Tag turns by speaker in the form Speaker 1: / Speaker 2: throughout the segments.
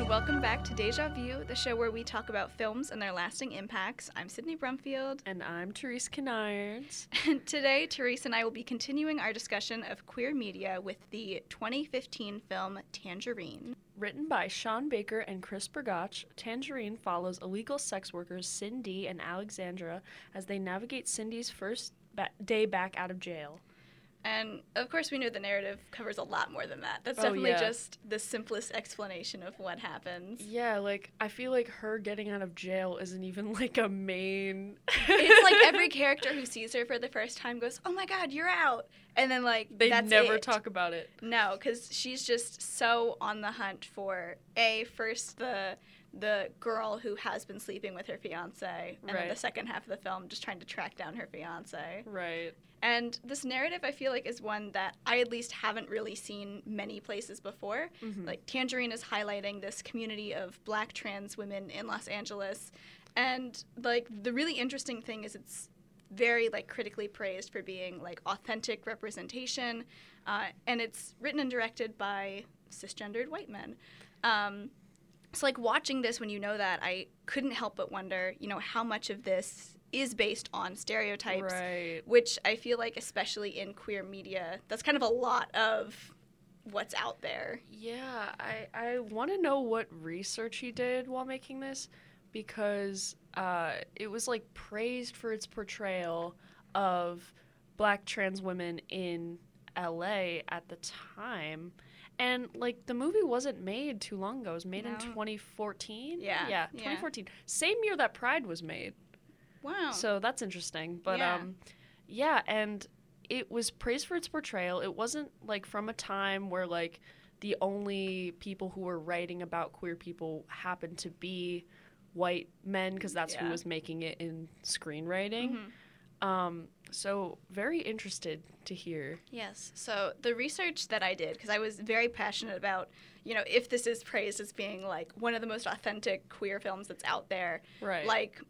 Speaker 1: to Deja Vu, the show where we talk about films and their lasting impacts. I'm Sydney Brumfield.
Speaker 2: And I'm Therese Kennards.
Speaker 1: And today, Therese and I will be continuing our discussion of queer media with the 2015 film Tangerine.
Speaker 2: Written by Sean Baker and Chris Bergach, Tangerine follows illegal sex workers Cindy and Alexandra as they navigate Cindy's first ba- day back out of jail.
Speaker 1: And of course, we know the narrative covers a lot more than that. That's
Speaker 2: Oh,
Speaker 1: definitely
Speaker 2: yeah.
Speaker 1: just the simplest explanation of what happens.
Speaker 2: Yeah, like I feel like her getting out of jail isn't even like a main.
Speaker 1: It's like every character who sees her for the first time goes, "Oh my God, you're out!" And then like
Speaker 2: they
Speaker 1: that's
Speaker 2: never
Speaker 1: it.
Speaker 2: talk about it.
Speaker 1: No, because she's just so on the hunt for a first the the girl who has been sleeping with her fiance, and then the
Speaker 2: Right.
Speaker 1: second half of the film just trying to track down her fiance.
Speaker 2: Right.
Speaker 1: And this narrative, I feel like, is one that I at least haven't really seen many places before.
Speaker 2: Mm-hmm.
Speaker 1: Like Tangerine is highlighting this community of black trans women in Los Angeles. And like the really interesting thing is it's very like critically praised for being like authentic representation. Uh, and it's written and directed by cisgendered white men. Um, so like watching this when you know that, I couldn't help but wonder, you know, how much of this is based on stereotypes
Speaker 2: Right.
Speaker 1: which I feel like, especially in queer media, that's kind of a lot of what's out there.
Speaker 2: Yeah, I, I want to know what research he did while making this because uh, it was like praised for its portrayal of black trans women in LA at the time. And like the movie wasn't made too long ago. It was made in
Speaker 1: No.
Speaker 2: 2014.
Speaker 1: Yeah,
Speaker 2: Yeah,
Speaker 1: yeah.
Speaker 2: 2014. Same year that Pride was made.
Speaker 1: Wow.
Speaker 2: So that's interesting. But
Speaker 1: Oh. Yeah.
Speaker 2: um yeah, and it was praised for its portrayal. It wasn't like from a time where like the only people who were writing about queer people happened to be white men because that's who
Speaker 1: Yeah.
Speaker 2: was making it in screenwriting.
Speaker 1: Mhm.
Speaker 2: Um so very interested to hear.
Speaker 1: Yes. So the research that I did, because I was very passionate about, you know, if this is praised as being like one of the most authentic queer films that's out there,
Speaker 2: Right.
Speaker 1: like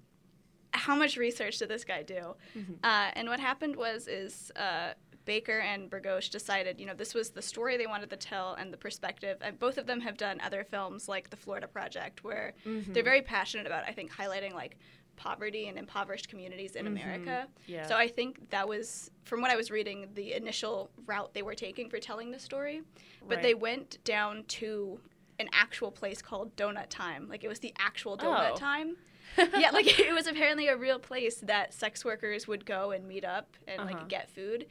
Speaker 1: how much research did this guy do
Speaker 2: Mhm.
Speaker 1: uh, and what happened was is uh, baker and bergosh decided you know this was the story they wanted to tell and the perspective and both of them have done other films like the florida project where
Speaker 2: Mm-hmm.
Speaker 1: they're very passionate about i think highlighting like poverty and impoverished communities in
Speaker 2: Mhm.
Speaker 1: america
Speaker 2: yeah.
Speaker 1: so I think that was, from what I was reading, the initial route they were taking for telling the story. But
Speaker 2: Right.
Speaker 1: they went down to an actual place called Donut Time. Like it was the actual Donut
Speaker 2: Oh.
Speaker 1: Time. yeah, like it was apparently a real place that sex workers would go and meet up and
Speaker 2: Uh-huh.
Speaker 1: like get food.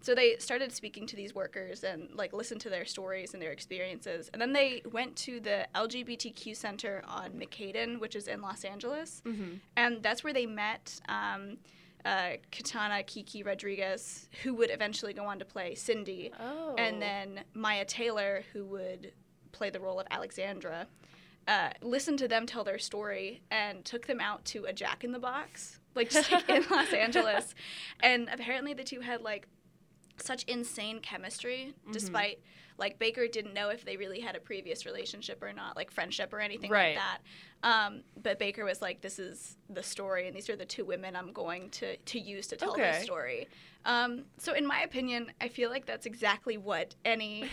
Speaker 1: So they started speaking to these workers and like listened to their stories and their experiences. And then they went to the LGBTQ center on McCaden, which is in Los Angeles
Speaker 2: Mhm.
Speaker 1: and that's where they met um, uh, Katana Kiki Rodriguez, who would eventually go on to play Cindy,
Speaker 2: Oh.
Speaker 1: and then Maya Taylor, who would play the role of Alexandra. Uh, listened to them tell their story and took them out to a Jack in the Box, like just like in Los Angeles, and apparently the two had like such insane chemistry
Speaker 2: Mm-hmm.
Speaker 1: despite like baker didn't know if they really had a previous relationship or not like friendship or anything
Speaker 2: Right.
Speaker 1: like that um, but baker was like this is the story and these are the two women i'm going to, to use to tell this
Speaker 2: Okay.
Speaker 1: story um, so in my opinion i feel like that's exactly what any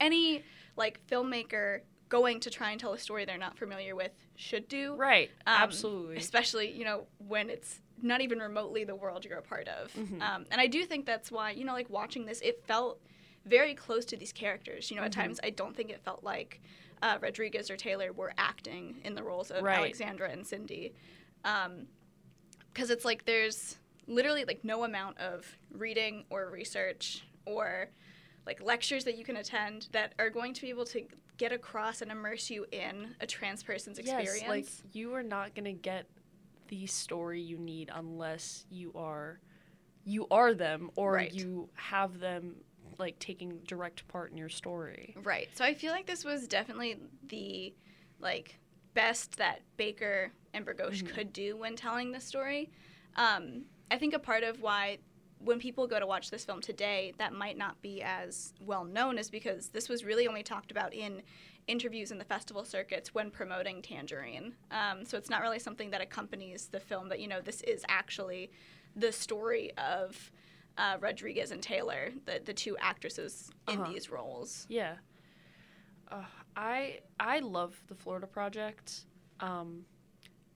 Speaker 1: any like filmmaker going to try and tell a story they're not familiar with should do
Speaker 2: Right.
Speaker 1: um,
Speaker 2: Absolutely.
Speaker 1: Especially, you know, when it's not even remotely the world you're a part of.
Speaker 2: Mhm.
Speaker 1: Um, and I do think that's why, you know, like watching this, it felt very close to these characters. You know, at
Speaker 2: Mhm.
Speaker 1: times I don't think it felt like uh, Rodriguez or Taylor were acting in the roles of
Speaker 2: Right.
Speaker 1: Alexandra and Cindy. Because it's like there's literally like no amount of reading or research or like lectures that you can attend that are going to be able to get across and immerse you in a trans person's experience.
Speaker 2: Yes, like you are not gonna get the story you need unless you are you are them or
Speaker 1: Right.
Speaker 2: you have them like taking direct part in your story.
Speaker 1: Right. So I feel like this was definitely the like best that Baker and Bergosh
Speaker 2: Mhm.
Speaker 1: could do when telling the story. Um, I think a part of why when people go to watch this film today, that might not be as well known is because this was really only talked about in interviews in the festival circuits when promoting Tangerine. Um, so it's not really something that accompanies the film. That you know, this is actually the story of uh, Rodriguez and Taylor, the the two actresses in
Speaker 2: Uh-huh.
Speaker 1: these roles.
Speaker 2: Yeah. Uh, I I love the Florida Project. Um,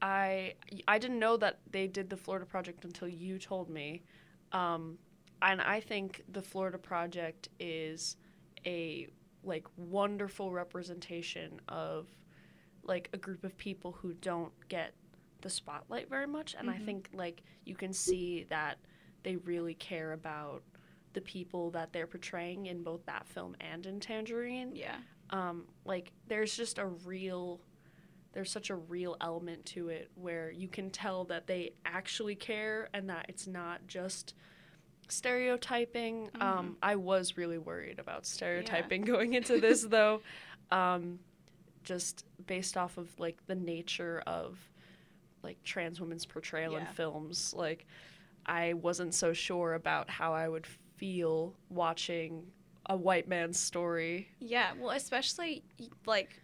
Speaker 2: I I didn't know that they did the Florida Project until you told me, um, and I think the Florida Project is a like wonderful representation of like a group of people who don't get the spotlight very much, and I
Speaker 1: Mhm.
Speaker 2: think like you can see that they really care about the people that they're portraying in both that film and in Tangerine
Speaker 1: Yeah.
Speaker 2: um, like there's just a real there's such a real element to it where you can tell that they actually care and that it's not just stereotyping um, i was really worried about stereotyping going into this though um, just based off of like the nature of like trans women's portrayal in
Speaker 1: Yeah.
Speaker 2: films like i wasn't so sure about how i would feel watching a white man's story
Speaker 1: Yeah, well, especially y- like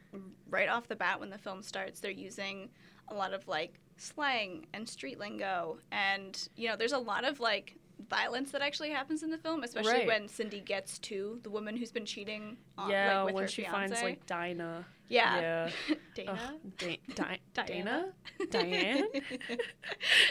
Speaker 1: right off the bat when the film starts, they're using a lot of like slang and street lingo, and you know, there's a lot of like violence that actually happens in the film, especially
Speaker 2: Right.
Speaker 1: when Cindy gets to the woman who's been cheating. On,
Speaker 2: yeah,
Speaker 1: Uh, like, with
Speaker 2: when
Speaker 1: her
Speaker 2: she
Speaker 1: fiance.
Speaker 2: finds like Dinah.
Speaker 1: yeah,
Speaker 2: yeah.
Speaker 1: Dana.
Speaker 2: Ugh, Da- Di- Dana?
Speaker 1: Diana.
Speaker 2: Diane?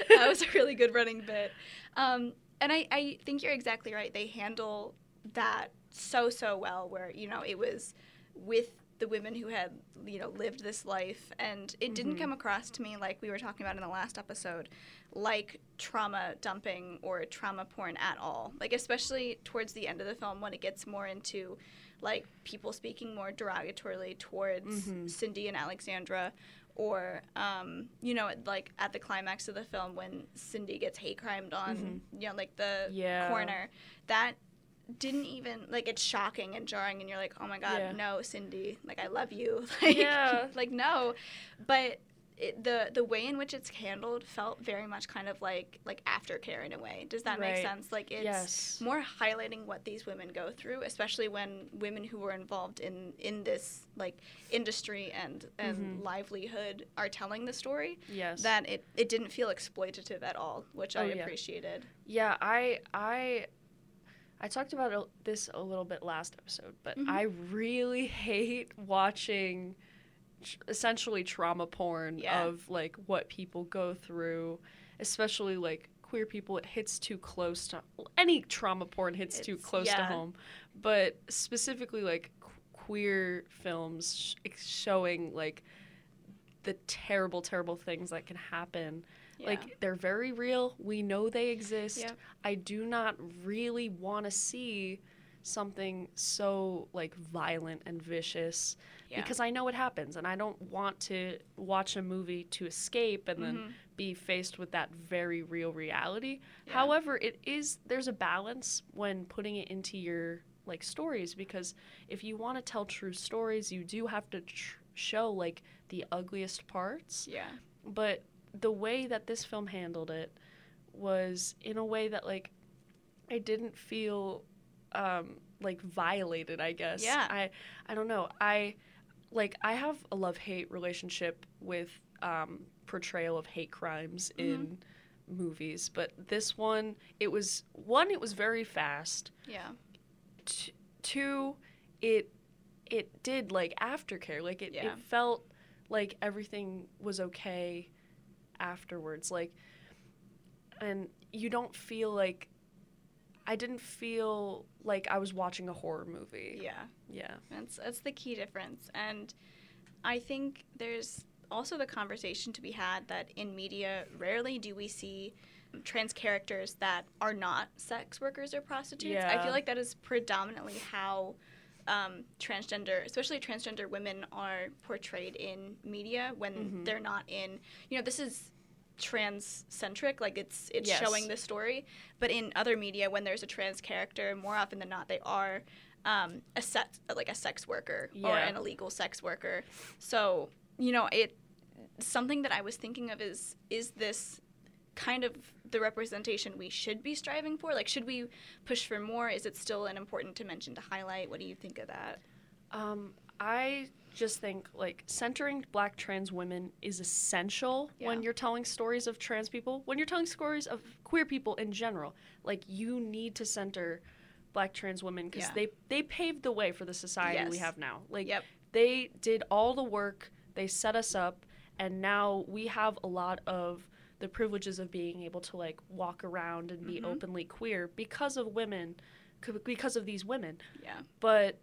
Speaker 1: that was a really good running bit. Um, and I, I think you're exactly right. They handle that so, so well, where, you know, it was with the women who had, you know, lived this life. And it didn't
Speaker 2: Mhm.
Speaker 1: come across to me like we were talking about in the last episode, like trauma dumping or trauma porn at all. Like, especially towards the end of the film when it gets more into like people speaking more derogatorily towards
Speaker 2: Mhm.
Speaker 1: Cindy and Alexandra or um, you know, at- like at the climax of the film when Cindy gets hate crimed on, you know, like the
Speaker 2: Mm-hmm. Yeah.
Speaker 1: corner. That didn't even like it's shocking and jarring, and you're like, oh my god,
Speaker 2: Yeah.
Speaker 1: no, Cindy, like I love you, like,
Speaker 2: Yeah.
Speaker 1: like no, but. It, the the way in which it's handled felt very much kind of like like aftercare in a way. Does that
Speaker 2: Right.
Speaker 1: make sense? Like it's
Speaker 2: yes.
Speaker 1: more highlighting what these women go through, especially when women who were involved in in this like industry and and
Speaker 2: Mhm.
Speaker 1: livelihood are telling the story.
Speaker 2: yes.
Speaker 1: That it it didn't feel exploitative at all, which I
Speaker 2: Oh, yeah.
Speaker 1: appreciated.
Speaker 2: yeah, I I I talked about it- this a little bit last episode, but
Speaker 1: Mhm.
Speaker 2: I really hate watching tr- essentially trauma porn
Speaker 1: Yeah.
Speaker 2: of like what people go through, especially like queer people. It hits too close to any trauma porn hits too
Speaker 1: It's-
Speaker 2: close to
Speaker 1: yeah.
Speaker 2: home, but specifically like qu- queer films sh- ex- showing like the terrible, terrible things that can happen.
Speaker 1: Yeah.
Speaker 2: Like they're very real. We know they exist.
Speaker 1: Yep.
Speaker 2: I do not really want to see something so like violent and vicious
Speaker 1: Yeah.
Speaker 2: because I know it happens and I don't want to watch a movie to escape and then
Speaker 1: Mhm.
Speaker 2: be faced with that very real reality.
Speaker 1: Yeah.
Speaker 2: However, it is there's a balance when putting it into your like stories because if you want to tell true stories, you do have to tr- show like the ugliest parts
Speaker 1: yeah.
Speaker 2: but the way that this film handled it was in a way that like I didn't feel um like violated, I guess.
Speaker 1: Yeah.
Speaker 2: I I don't know. I like I have a love-hate relationship with um portrayal of hate crimes in movies, but this one it was one it was very fast.
Speaker 1: Yeah.
Speaker 2: T- two it it did like aftercare like it,
Speaker 1: Yeah.
Speaker 2: it felt like everything was okay afterwards like and you don't feel like i didn't feel like i was watching a horror movie
Speaker 1: Yeah.
Speaker 2: yeah
Speaker 1: That's that's the key difference. And I think there's also the conversation to be had that in media rarely do we see trans characters that are not sex workers or prostitutes. I
Speaker 2: Yeah.
Speaker 1: feel like that is predominantly how um, transgender, especially transgender women, are portrayed in media when
Speaker 2: Mhm.
Speaker 1: they're not in. You know, this is trans centric like it's it's
Speaker 2: Yes.
Speaker 1: showing the story but in other media when there's a trans character more often than not they are um, a sex like a sex worker or
Speaker 2: Yeah.
Speaker 1: an illegal sex worker. So you know it something that I was thinking of is is this kind of the representation we should be striving for? Like should we push for more? Is it still an important dimension to highlight? What do you think of that?
Speaker 2: Um, I just think like centering black trans women is essential when
Speaker 1: Yeah.
Speaker 2: you're telling stories of trans people, when you're telling stories of queer people in general. Like you need to center black trans women because
Speaker 1: Yeah.
Speaker 2: they they paved the way for the society we
Speaker 1: Yes.
Speaker 2: have now. Like
Speaker 1: Yep.
Speaker 2: They did all the work, they set us up, and now we have a lot of the privileges of being able to like walk around and be
Speaker 1: Mhm.
Speaker 2: openly queer because of women, c- because of these women
Speaker 1: Yeah.
Speaker 2: but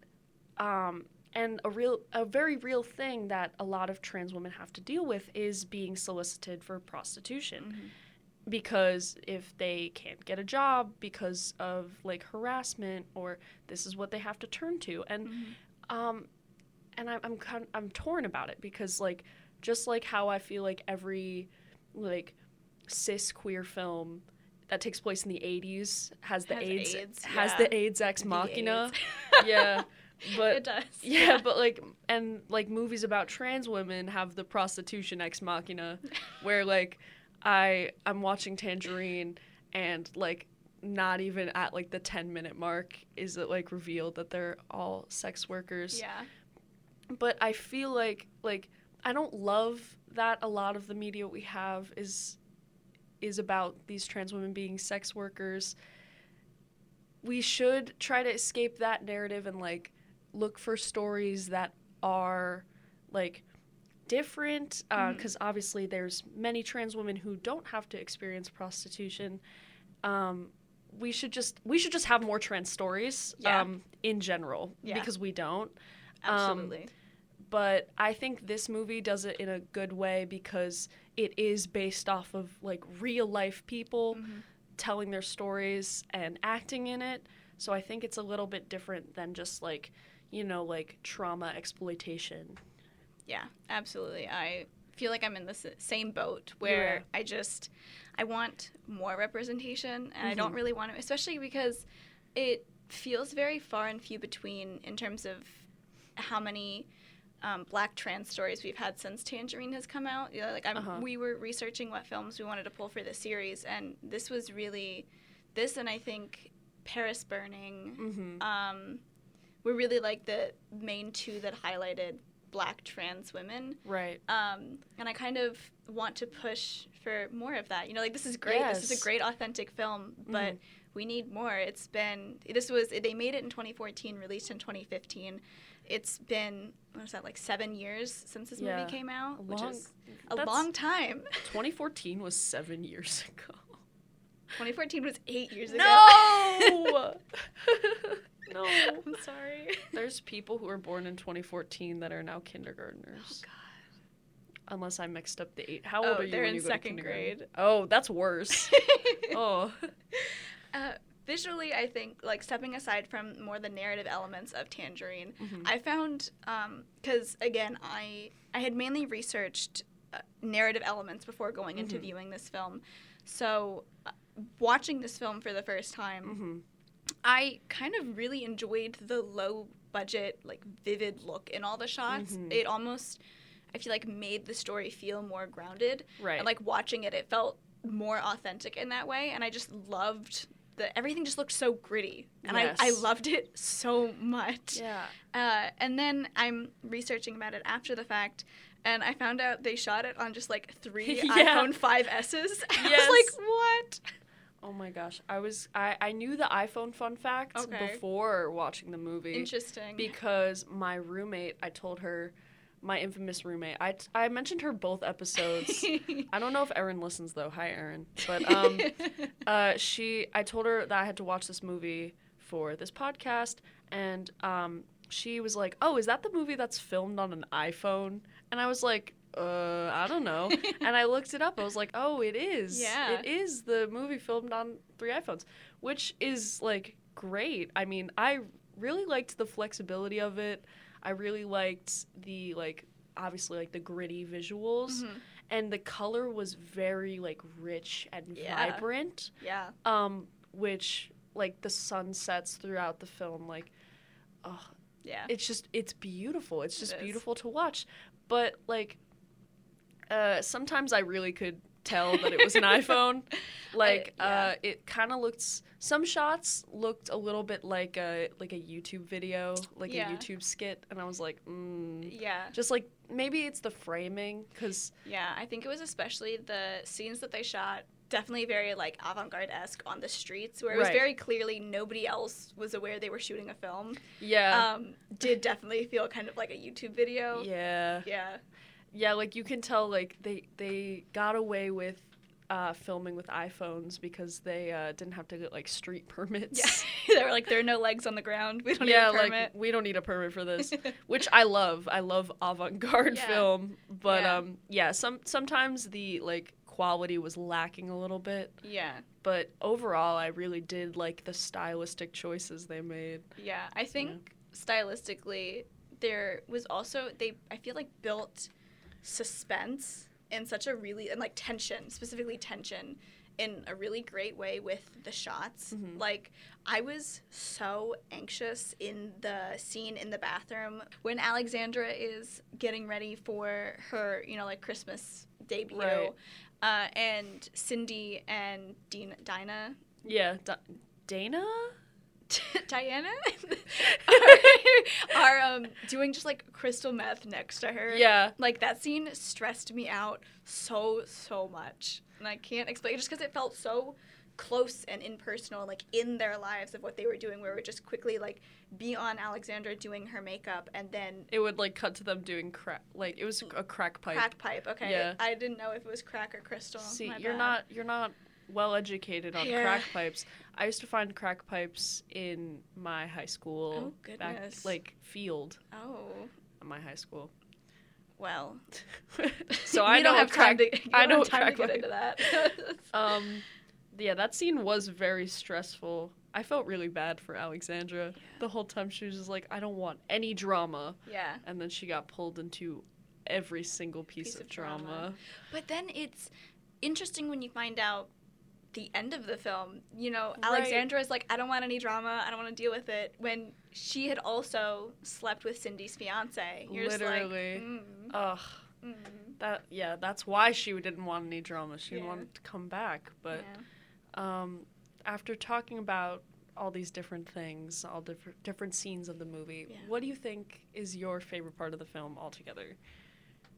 Speaker 2: um, and a real a very real thing that a lot of trans women have to deal with is being solicited for prostitution
Speaker 1: Mhm.
Speaker 2: because if they can't get a job because of like harassment or this is what they have to turn to and
Speaker 1: Mhm.
Speaker 2: um, and I'm I'm kind I'm torn about it because like just like how I feel like every like cis queer film that takes place in the 80s has the
Speaker 1: Has
Speaker 2: AIDS,
Speaker 1: AIDS,
Speaker 2: has
Speaker 1: yeah.
Speaker 2: the AIDS ex
Speaker 1: The
Speaker 2: machina
Speaker 1: AIDS.
Speaker 2: yeah but
Speaker 1: Mm-hmm. it does.
Speaker 2: yeah, but like, and like movies about trans women have the prostitution ex machina, where like, I I'm watching Tangerine, and like, not even at like the ten minute mark is it like revealed that they're all sex workers.
Speaker 1: Yeah.
Speaker 2: But I feel like like I don't love that a lot of the media we have is is about these trans women being sex workers. We should try to escape that narrative and like look for stories that are like different
Speaker 1: Mhm.
Speaker 2: because obviously there's many trans women who don't have to experience prostitution. Um, we should just we should just have more trans stories
Speaker 1: Yeah.
Speaker 2: um, in general
Speaker 1: Yeah.
Speaker 2: because we don't
Speaker 1: Absolutely.
Speaker 2: but I think this movie does it in a good way because it is based off of like real life people
Speaker 1: Mhm.
Speaker 2: telling their stories and acting in it. So I think it's a little bit different than just like, you know, like trauma exploitation.
Speaker 1: Yeah, absolutely. I feel like I'm in the s- same boat where I just I want more representation and I don't
Speaker 2: Mhm.
Speaker 1: really want to especially because it feels very far and few between in terms of how many um, black trans stories we've had since Tangerine has come out. You know, like I'm,
Speaker 2: Uh-huh.
Speaker 1: we were researching what films we wanted to pull for this series, and this was really this, and I think Paris Burning,
Speaker 2: Mm-hmm.
Speaker 1: um, were really like the main two that highlighted black trans women.
Speaker 2: Right.
Speaker 1: Um, and I kind of want to push for more of that. You know, like this is great. This is
Speaker 2: Yes.
Speaker 1: a
Speaker 2: Mm-hmm.
Speaker 1: great authentic film, but we need more. It's been, this was, they made it in 2014, released in 2015. It's been, what was that, like seven years since this
Speaker 2: Yeah.
Speaker 1: movie came out,
Speaker 2: A
Speaker 1: which
Speaker 2: long-
Speaker 1: is a
Speaker 2: that's-
Speaker 1: long time.
Speaker 2: 2014 was seven years ago.
Speaker 1: 2014 was eight years ago.
Speaker 2: No! no.
Speaker 1: I'm sorry.
Speaker 2: There's people who were born in 2014 that are now kindergartners. Unless I mixed up the eight. How old
Speaker 1: Oh,
Speaker 2: are you?
Speaker 1: they're
Speaker 2: when
Speaker 1: in
Speaker 2: you go to
Speaker 1: second
Speaker 2: kindergarten? Oh, that's worse. oh,
Speaker 1: Uh, visually, I think, like stepping aside from more the narrative elements of Tangerine,
Speaker 2: Mm-hmm.
Speaker 1: I found because again, I I had mainly researched uh, narrative elements before going into
Speaker 2: Mhm.
Speaker 1: viewing this film, so uh, watching this film for the first time,
Speaker 2: Mhm.
Speaker 1: I kind of really enjoyed the low budget, like vivid look in all the shots.
Speaker 2: Mhm.
Speaker 1: It almost I feel like made the story feel more grounded
Speaker 2: right.
Speaker 1: and like watching it it felt more authentic in that way and i just loved the everything just looked so gritty and I, I
Speaker 2: Yes.
Speaker 1: loved it so much
Speaker 2: yeah.
Speaker 1: uh, and then i'm researching about it after the fact and i found out they shot it on just like three
Speaker 2: Yeah.
Speaker 1: iphone 5s's i
Speaker 2: Yes.
Speaker 1: was like what
Speaker 2: Oh my gosh, I was I I knew the iPhone fun fact
Speaker 1: Okay.
Speaker 2: before watching the movie
Speaker 1: interesting
Speaker 2: because my roommate, I told her, my infamous roommate, I I mentioned her both episodes. I don't know if Erin listens though. Hi, Erin. But um. uh, she I told her that I had to watch this movie for this podcast, and um, she was like, "Oh, is that the movie that's filmed on an iPhone?" And I was like, "Uh, I don't know." and I looked it up. I was like, "Oh, it is.
Speaker 1: Yeah.
Speaker 2: It is the movie filmed on three iPhones, which is like great. I mean, I really liked the flexibility of it. I really liked the like obviously like the gritty visuals
Speaker 1: Mhm.
Speaker 2: and the color was very like rich and
Speaker 1: Yeah.
Speaker 2: vibrant
Speaker 1: yeah
Speaker 2: um which like the sunsets throughout the film like oh,
Speaker 1: yeah
Speaker 2: it's just it's beautiful it's just
Speaker 1: is.
Speaker 2: beautiful to watch but like uh sometimes i really could tell that it was an iphone like uh
Speaker 1: yeah.
Speaker 2: it kind of looked some shots looked a little bit like a like a youtube video like
Speaker 1: Yeah.
Speaker 2: a youtube skit and i was like mm.
Speaker 1: yeah
Speaker 2: just like maybe it's the framing because
Speaker 1: Yeah, I think it was especially the scenes that they shot definitely very like avant-garde esque on the streets, where it was
Speaker 2: Right.
Speaker 1: very clearly nobody else was aware they were shooting a film.
Speaker 2: Yeah.
Speaker 1: Um, did definitely feel kind of like a YouTube video.
Speaker 2: yeah.
Speaker 1: Yeah.
Speaker 2: Yeah, like you can tell, like they they got away with uh, filming with iPhones because they uh, didn't have to get like street permits.
Speaker 1: Yeah. they were like, there are no legs on the ground. We don't need
Speaker 2: Yeah,
Speaker 1: a
Speaker 2: like
Speaker 1: permit.
Speaker 2: we don't need a permit for this, which I love. I love avant-garde
Speaker 1: Yeah.
Speaker 2: film, but
Speaker 1: Yeah.
Speaker 2: um, yeah, some sometimes the like quality was lacking a little bit,
Speaker 1: yeah.
Speaker 2: but overall, I really did like the stylistic choices they made.
Speaker 1: Yeah, I think stylistically there was also they I feel like built suspense and such a really and like tension, specifically tension in a really great way with the shots.
Speaker 2: Mhm.
Speaker 1: Like I was so anxious in the scene in the bathroom when Alexandra is getting ready for her, you know, like Christmas debut.
Speaker 2: Right.
Speaker 1: Uh, and Cindy and Dean, Dinah,
Speaker 2: Yeah, D- Dana.
Speaker 1: Diana are, are um, doing just like crystal meth next to her.
Speaker 2: Yeah,
Speaker 1: Like that scene stressed me out so, so much. And I can't explain just because it felt so close and impersonal, like in their lives of what they were doing, where it would just quickly like be on Alexandra doing her makeup and then
Speaker 2: it would like cut to them doing crack. Like it was a crack pipe.
Speaker 1: crack pipe. Okay.
Speaker 2: Yeah.
Speaker 1: I didn't know if it was crack or crystal.
Speaker 2: See,
Speaker 1: My
Speaker 2: you're
Speaker 1: bad.
Speaker 2: not you're not well educated on
Speaker 1: Yeah.
Speaker 2: crack pipes. I used to find crack pipes in my high school
Speaker 1: Oh,
Speaker 2: back
Speaker 1: goodness.
Speaker 2: like field
Speaker 1: Oh,
Speaker 2: at my high school.
Speaker 1: well.
Speaker 2: so I
Speaker 1: You
Speaker 2: know
Speaker 1: don't have
Speaker 2: crack.
Speaker 1: time to, you
Speaker 2: I
Speaker 1: don't
Speaker 2: know
Speaker 1: have time to
Speaker 2: crack
Speaker 1: get
Speaker 2: pipe.
Speaker 1: into that.
Speaker 2: Um, yeah, that scene was very stressful. I felt really bad for Alexandra
Speaker 1: Yeah.
Speaker 2: the whole time. She was just like, I don't want any drama,
Speaker 1: yeah.
Speaker 2: and then she got pulled into every single piece,
Speaker 1: Piece
Speaker 2: of,
Speaker 1: of
Speaker 2: drama.
Speaker 1: drama. But then it's interesting when you find out the end of the film. You know,
Speaker 2: Right.
Speaker 1: Alexandra is like, I don't want any drama. I don't want to deal with it. When she had also slept with Cindy's fiance. You're just
Speaker 2: Literally.
Speaker 1: like, mm,
Speaker 2: Ugh,
Speaker 1: mm.
Speaker 2: that yeah, that's why she didn't want any drama. She
Speaker 1: Yeah.
Speaker 2: wanted to come back, but.
Speaker 1: Yeah.
Speaker 2: um, after talking about all these different things, all different different scenes of the movie,
Speaker 1: Yeah.
Speaker 2: what do you think is your favorite part of the film altogether?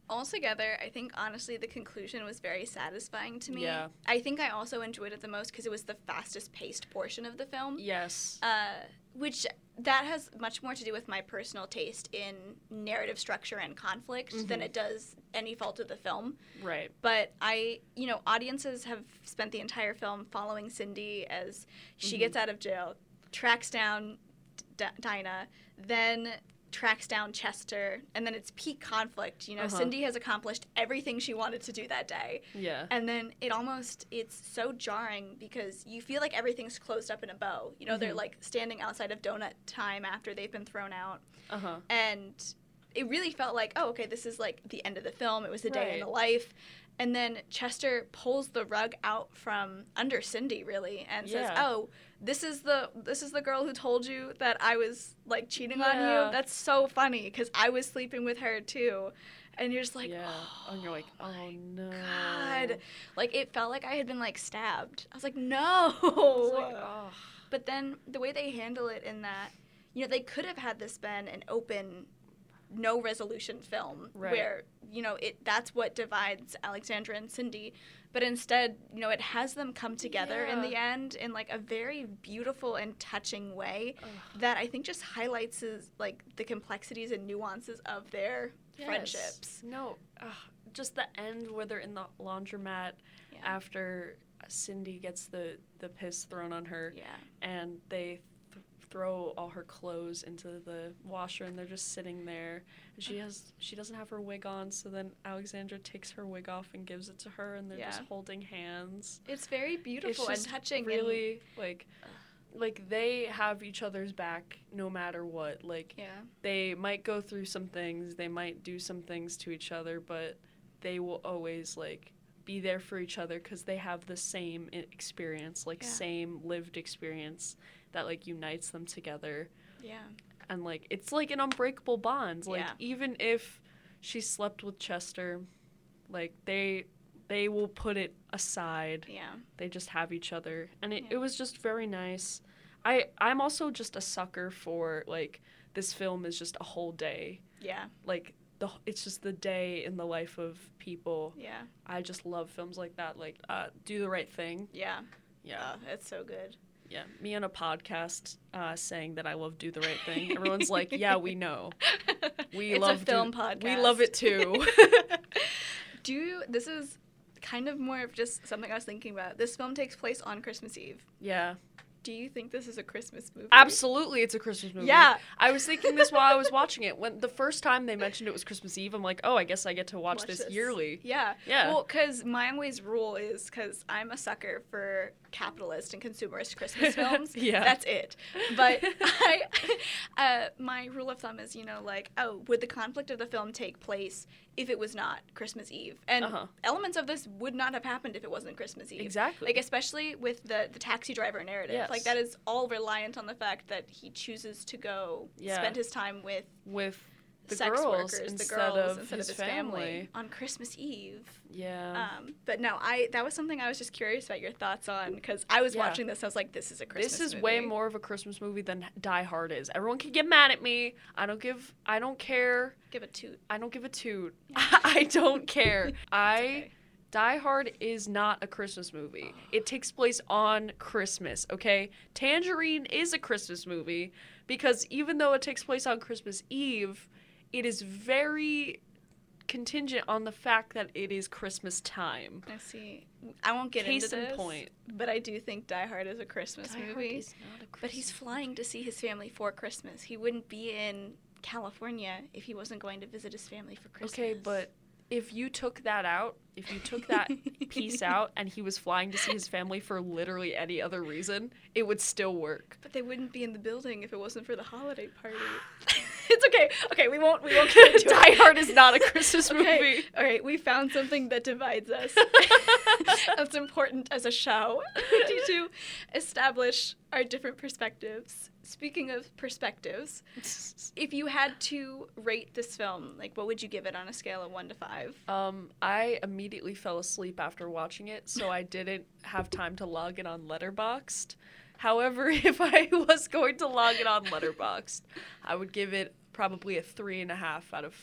Speaker 1: Altogether, I think honestly the conclusion was very satisfying to me.
Speaker 2: Yeah.
Speaker 1: I think I also enjoyed it the most because it was the fastest paced portion of the film.
Speaker 2: Yes.
Speaker 1: Uh, which that has much more to do with my personal taste in narrative structure and conflict than
Speaker 2: Mhm.
Speaker 1: it does any fault of the film.
Speaker 2: Right.
Speaker 1: But I, you know, audiences have spent the entire film following Cindy as she
Speaker 2: Mhm.
Speaker 1: gets out of jail, tracks down D- Dinah, then tracks down Chester, and then it's peak conflict. You know,
Speaker 2: Uh-huh.
Speaker 1: Cindy has accomplished everything she wanted to do that day.
Speaker 2: Yeah.
Speaker 1: And then it almost it's so jarring because you feel like everything's closed up in a bow. You know, they're
Speaker 2: Mhm.
Speaker 1: like standing outside of donut time after they've been thrown out.
Speaker 2: Uh huh.
Speaker 1: And it really felt like, oh, okay, this is like the end of the film. It was a day in
Speaker 2: Right.
Speaker 1: the life. And then Chester pulls the rug out from under Cindy really and says,
Speaker 2: Yeah.
Speaker 1: "Oh, this is the this is the girl who told you that I was like cheating on
Speaker 2: Yeah.
Speaker 1: you." That's so funny cuz I was sleeping with her too. And you're just like,
Speaker 2: yeah.
Speaker 1: "Oh,
Speaker 2: and you're like, oh no.
Speaker 1: God. Like it felt like I had been like stabbed. I was like,
Speaker 2: I
Speaker 1: no.
Speaker 2: was like,
Speaker 1: Oh.
Speaker 2: oh, "Ugh."
Speaker 1: But then the way they handle it in that, you know, they could have had this been an open, no resolution film
Speaker 2: Right.
Speaker 1: where you know it. That's what divides Alexandra and Cindy. But instead, you know, it has them come together in
Speaker 2: Yeah.
Speaker 1: the end in like a very beautiful and touching way
Speaker 2: Ugh.
Speaker 1: that I think just highlights is, like the complexities and nuances of their
Speaker 2: Yes.
Speaker 1: friendships.
Speaker 2: No. Ugh. Just the end where they're in the laundromat
Speaker 1: Yeah.
Speaker 2: after Cindy gets the the piss thrown on her.
Speaker 1: Yeah.
Speaker 2: and they th- throw all her clothes into the washer and they're just sitting there and she has she doesn't have her wig on so then alexandra takes her wig off and gives it to her and they're just
Speaker 1: Yeah.
Speaker 2: holding hands
Speaker 1: It's very beautiful
Speaker 2: just
Speaker 1: and touching. and-
Speaker 2: really like like they have each other's back no matter what like
Speaker 1: yeah.
Speaker 2: they might go through some things they might do some things to each other but they will always like be there for each other because they have the same i- experience like
Speaker 1: Yeah.
Speaker 2: same lived experience that like unites them together
Speaker 1: Yeah.
Speaker 2: and like it's like an unbreakable bond like
Speaker 1: Yeah.
Speaker 2: even if she slept with chester like they they will put it aside
Speaker 1: Yeah.
Speaker 2: they just have each other and it,
Speaker 1: Yeah.
Speaker 2: it was just very nice i i'm also just a sucker for like this film is just a whole day
Speaker 1: Yeah.
Speaker 2: like the wh- it's just the day in the life of people.
Speaker 1: Yeah.
Speaker 2: I just love films like that, like uh, Do the Right Thing.
Speaker 1: Yeah.
Speaker 2: Yeah,
Speaker 1: Oh, it's so good.
Speaker 2: yeah. Me on a podcast uh, saying that I love Do the Right Thing. Everyone's like, yeah, we know. We
Speaker 1: it's
Speaker 2: love
Speaker 1: a
Speaker 2: Do-
Speaker 1: film podcast.
Speaker 2: We love it too.
Speaker 1: Do you, this is kind of more of just something I was thinking about. This film takes place on Christmas Eve.
Speaker 2: yeah,
Speaker 1: Do you think this is a Christmas movie?
Speaker 2: absolutely. It's a Christmas movie.
Speaker 1: Yeah.
Speaker 2: I was thinking this while I was watching it. When the first time they mentioned it was Christmas Eve, I'm like, oh, I guess I get to watch,
Speaker 1: Watch
Speaker 2: this,
Speaker 1: this.
Speaker 2: yearly.
Speaker 1: Yeah.
Speaker 2: Yeah.
Speaker 1: Well, because my always rule is because I'm a sucker for capitalist and consumerist Christmas films.
Speaker 2: Yeah.
Speaker 1: That's it. But I, uh, my rule of thumb is, you know, like, oh, would the conflict of the film take place if it was not Christmas Eve? And
Speaker 2: Uh-huh.
Speaker 1: elements of this would not have happened if it wasn't Christmas Eve.
Speaker 2: exactly.
Speaker 1: Like especially with the the taxi driver narrative, like
Speaker 2: Yes.
Speaker 1: that is all reliant on the fact that he chooses to go
Speaker 2: Yeah.
Speaker 1: spend his time with
Speaker 2: with the
Speaker 1: sex
Speaker 2: girls
Speaker 1: workers, the
Speaker 2: instead
Speaker 1: girls
Speaker 2: of
Speaker 1: instead
Speaker 2: his,
Speaker 1: of his
Speaker 2: family. Uh,
Speaker 1: family on Christmas Eve.
Speaker 2: Yeah.
Speaker 1: Um, but no, I that was something I was just curious about your thoughts on because I was
Speaker 2: Yeah.
Speaker 1: watching this. I was like, this is a Christmas.
Speaker 2: this is way
Speaker 1: movie.
Speaker 2: more of a Christmas movie than Die Hard is. Everyone can get mad at me. I don't give I don't care.
Speaker 1: Give a toot.
Speaker 2: I don't give a toot.
Speaker 1: Yeah.
Speaker 2: I don't care. I
Speaker 1: Okay.
Speaker 2: Die Hard is not a Christmas movie. It takes place on Christmas, okay? Tangerine is a Christmas movie because even though it takes place on Christmas Eve, it is very contingent on the fact that it is Christmas time.
Speaker 1: I see. I won't get
Speaker 2: Case
Speaker 1: into
Speaker 2: in
Speaker 1: this,
Speaker 2: point.
Speaker 1: but I do think Die Hard is a Christmas
Speaker 2: Die Hard
Speaker 1: movie.
Speaker 2: is not a
Speaker 1: but he's
Speaker 2: Christmas-
Speaker 1: flying to see his family for Christmas. He wouldn't be in California if he wasn't going to visit his family for Christmas.
Speaker 2: Okay, but if you took that out, if you took that piece out and he was flying to see his family for literally any other reason, it would still work.
Speaker 1: But they wouldn't be in the building if it wasn't for the holiday party. it's okay. Okay, we won't. We won't get into
Speaker 2: Die
Speaker 1: it.
Speaker 2: Hard is not a Christmas
Speaker 1: Okay.
Speaker 2: movie.
Speaker 1: All right, we found something that divides us. That's important as a show to establish our different perspectives. Speaking of perspectives, if you had to rate this film, like what would you give it on a scale of one to five?
Speaker 2: Um, I immediately fell asleep after watching it, so I didn't have time to log it on Letterboxd. However, if I was going to log it on Letterboxd, I would give it probably a three and a half out of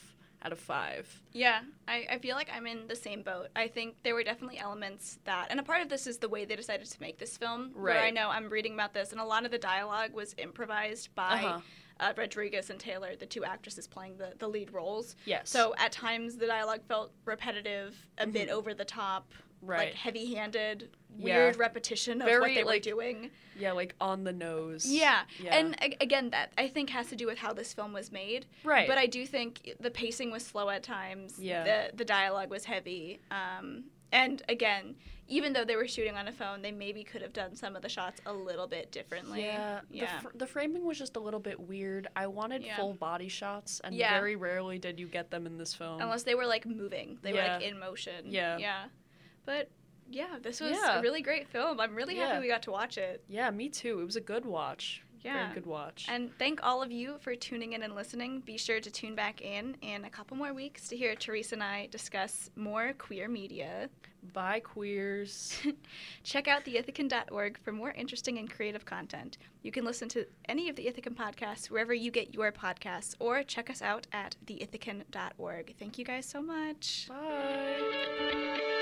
Speaker 2: out of five.
Speaker 1: Yeah, I, I feel like I'm in the same boat. I think there were definitely elements that, and a part of this is the way they decided to make this film. Where I
Speaker 2: Right.
Speaker 1: know I'm reading about this, and a lot of the dialogue was improvised by
Speaker 2: Uh-huh.
Speaker 1: uh Rodriguez and Taylor, the two actresses playing the, the lead roles.
Speaker 2: Yes.
Speaker 1: So at times the dialogue felt repetitive, a bit over the top, like
Speaker 2: right.
Speaker 1: heavy handed,
Speaker 2: Yeah.
Speaker 1: weird repetition of what
Speaker 2: Very,
Speaker 1: they
Speaker 2: like,
Speaker 1: were doing.
Speaker 2: Yeah, like on the nose.
Speaker 1: Yeah.
Speaker 2: Yeah.
Speaker 1: And a- again, that I think has to do with how this film was made.
Speaker 2: right.
Speaker 1: But I do think the pacing was slow at times.
Speaker 2: Yeah.
Speaker 1: The the dialogue was heavy. Um, and again, even though they were shooting on a phone, they maybe could have done some of the shots a little bit differently.
Speaker 2: yeah,
Speaker 1: Yeah.
Speaker 2: The, fr- the framing was just a little bit weird. I wanted
Speaker 1: Yeah.
Speaker 2: full body shots, and
Speaker 1: Yeah.
Speaker 2: very rarely did you get them in this film.
Speaker 1: Unless they were like moving, they were like
Speaker 2: Yeah.
Speaker 1: in motion.
Speaker 2: Yeah.
Speaker 1: Yeah. But yeah, this was
Speaker 2: Yeah.
Speaker 1: a really great film. I'm really
Speaker 2: Yeah.
Speaker 1: happy we got to watch it.
Speaker 2: yeah, me too. It was a good watch.
Speaker 1: Yeah.
Speaker 2: Very good watch.
Speaker 1: And thank all of you for tuning in and listening. Be sure to tune back in in a couple more weeks to hear Teresa and I discuss more queer media.
Speaker 2: Bye, queers.
Speaker 1: Check out theithacan.org for more interesting and creative content. You can listen to any of the Ithacan podcasts wherever you get your podcasts, or check us out at theithacan.org. Thank you guys so much.
Speaker 2: Bye.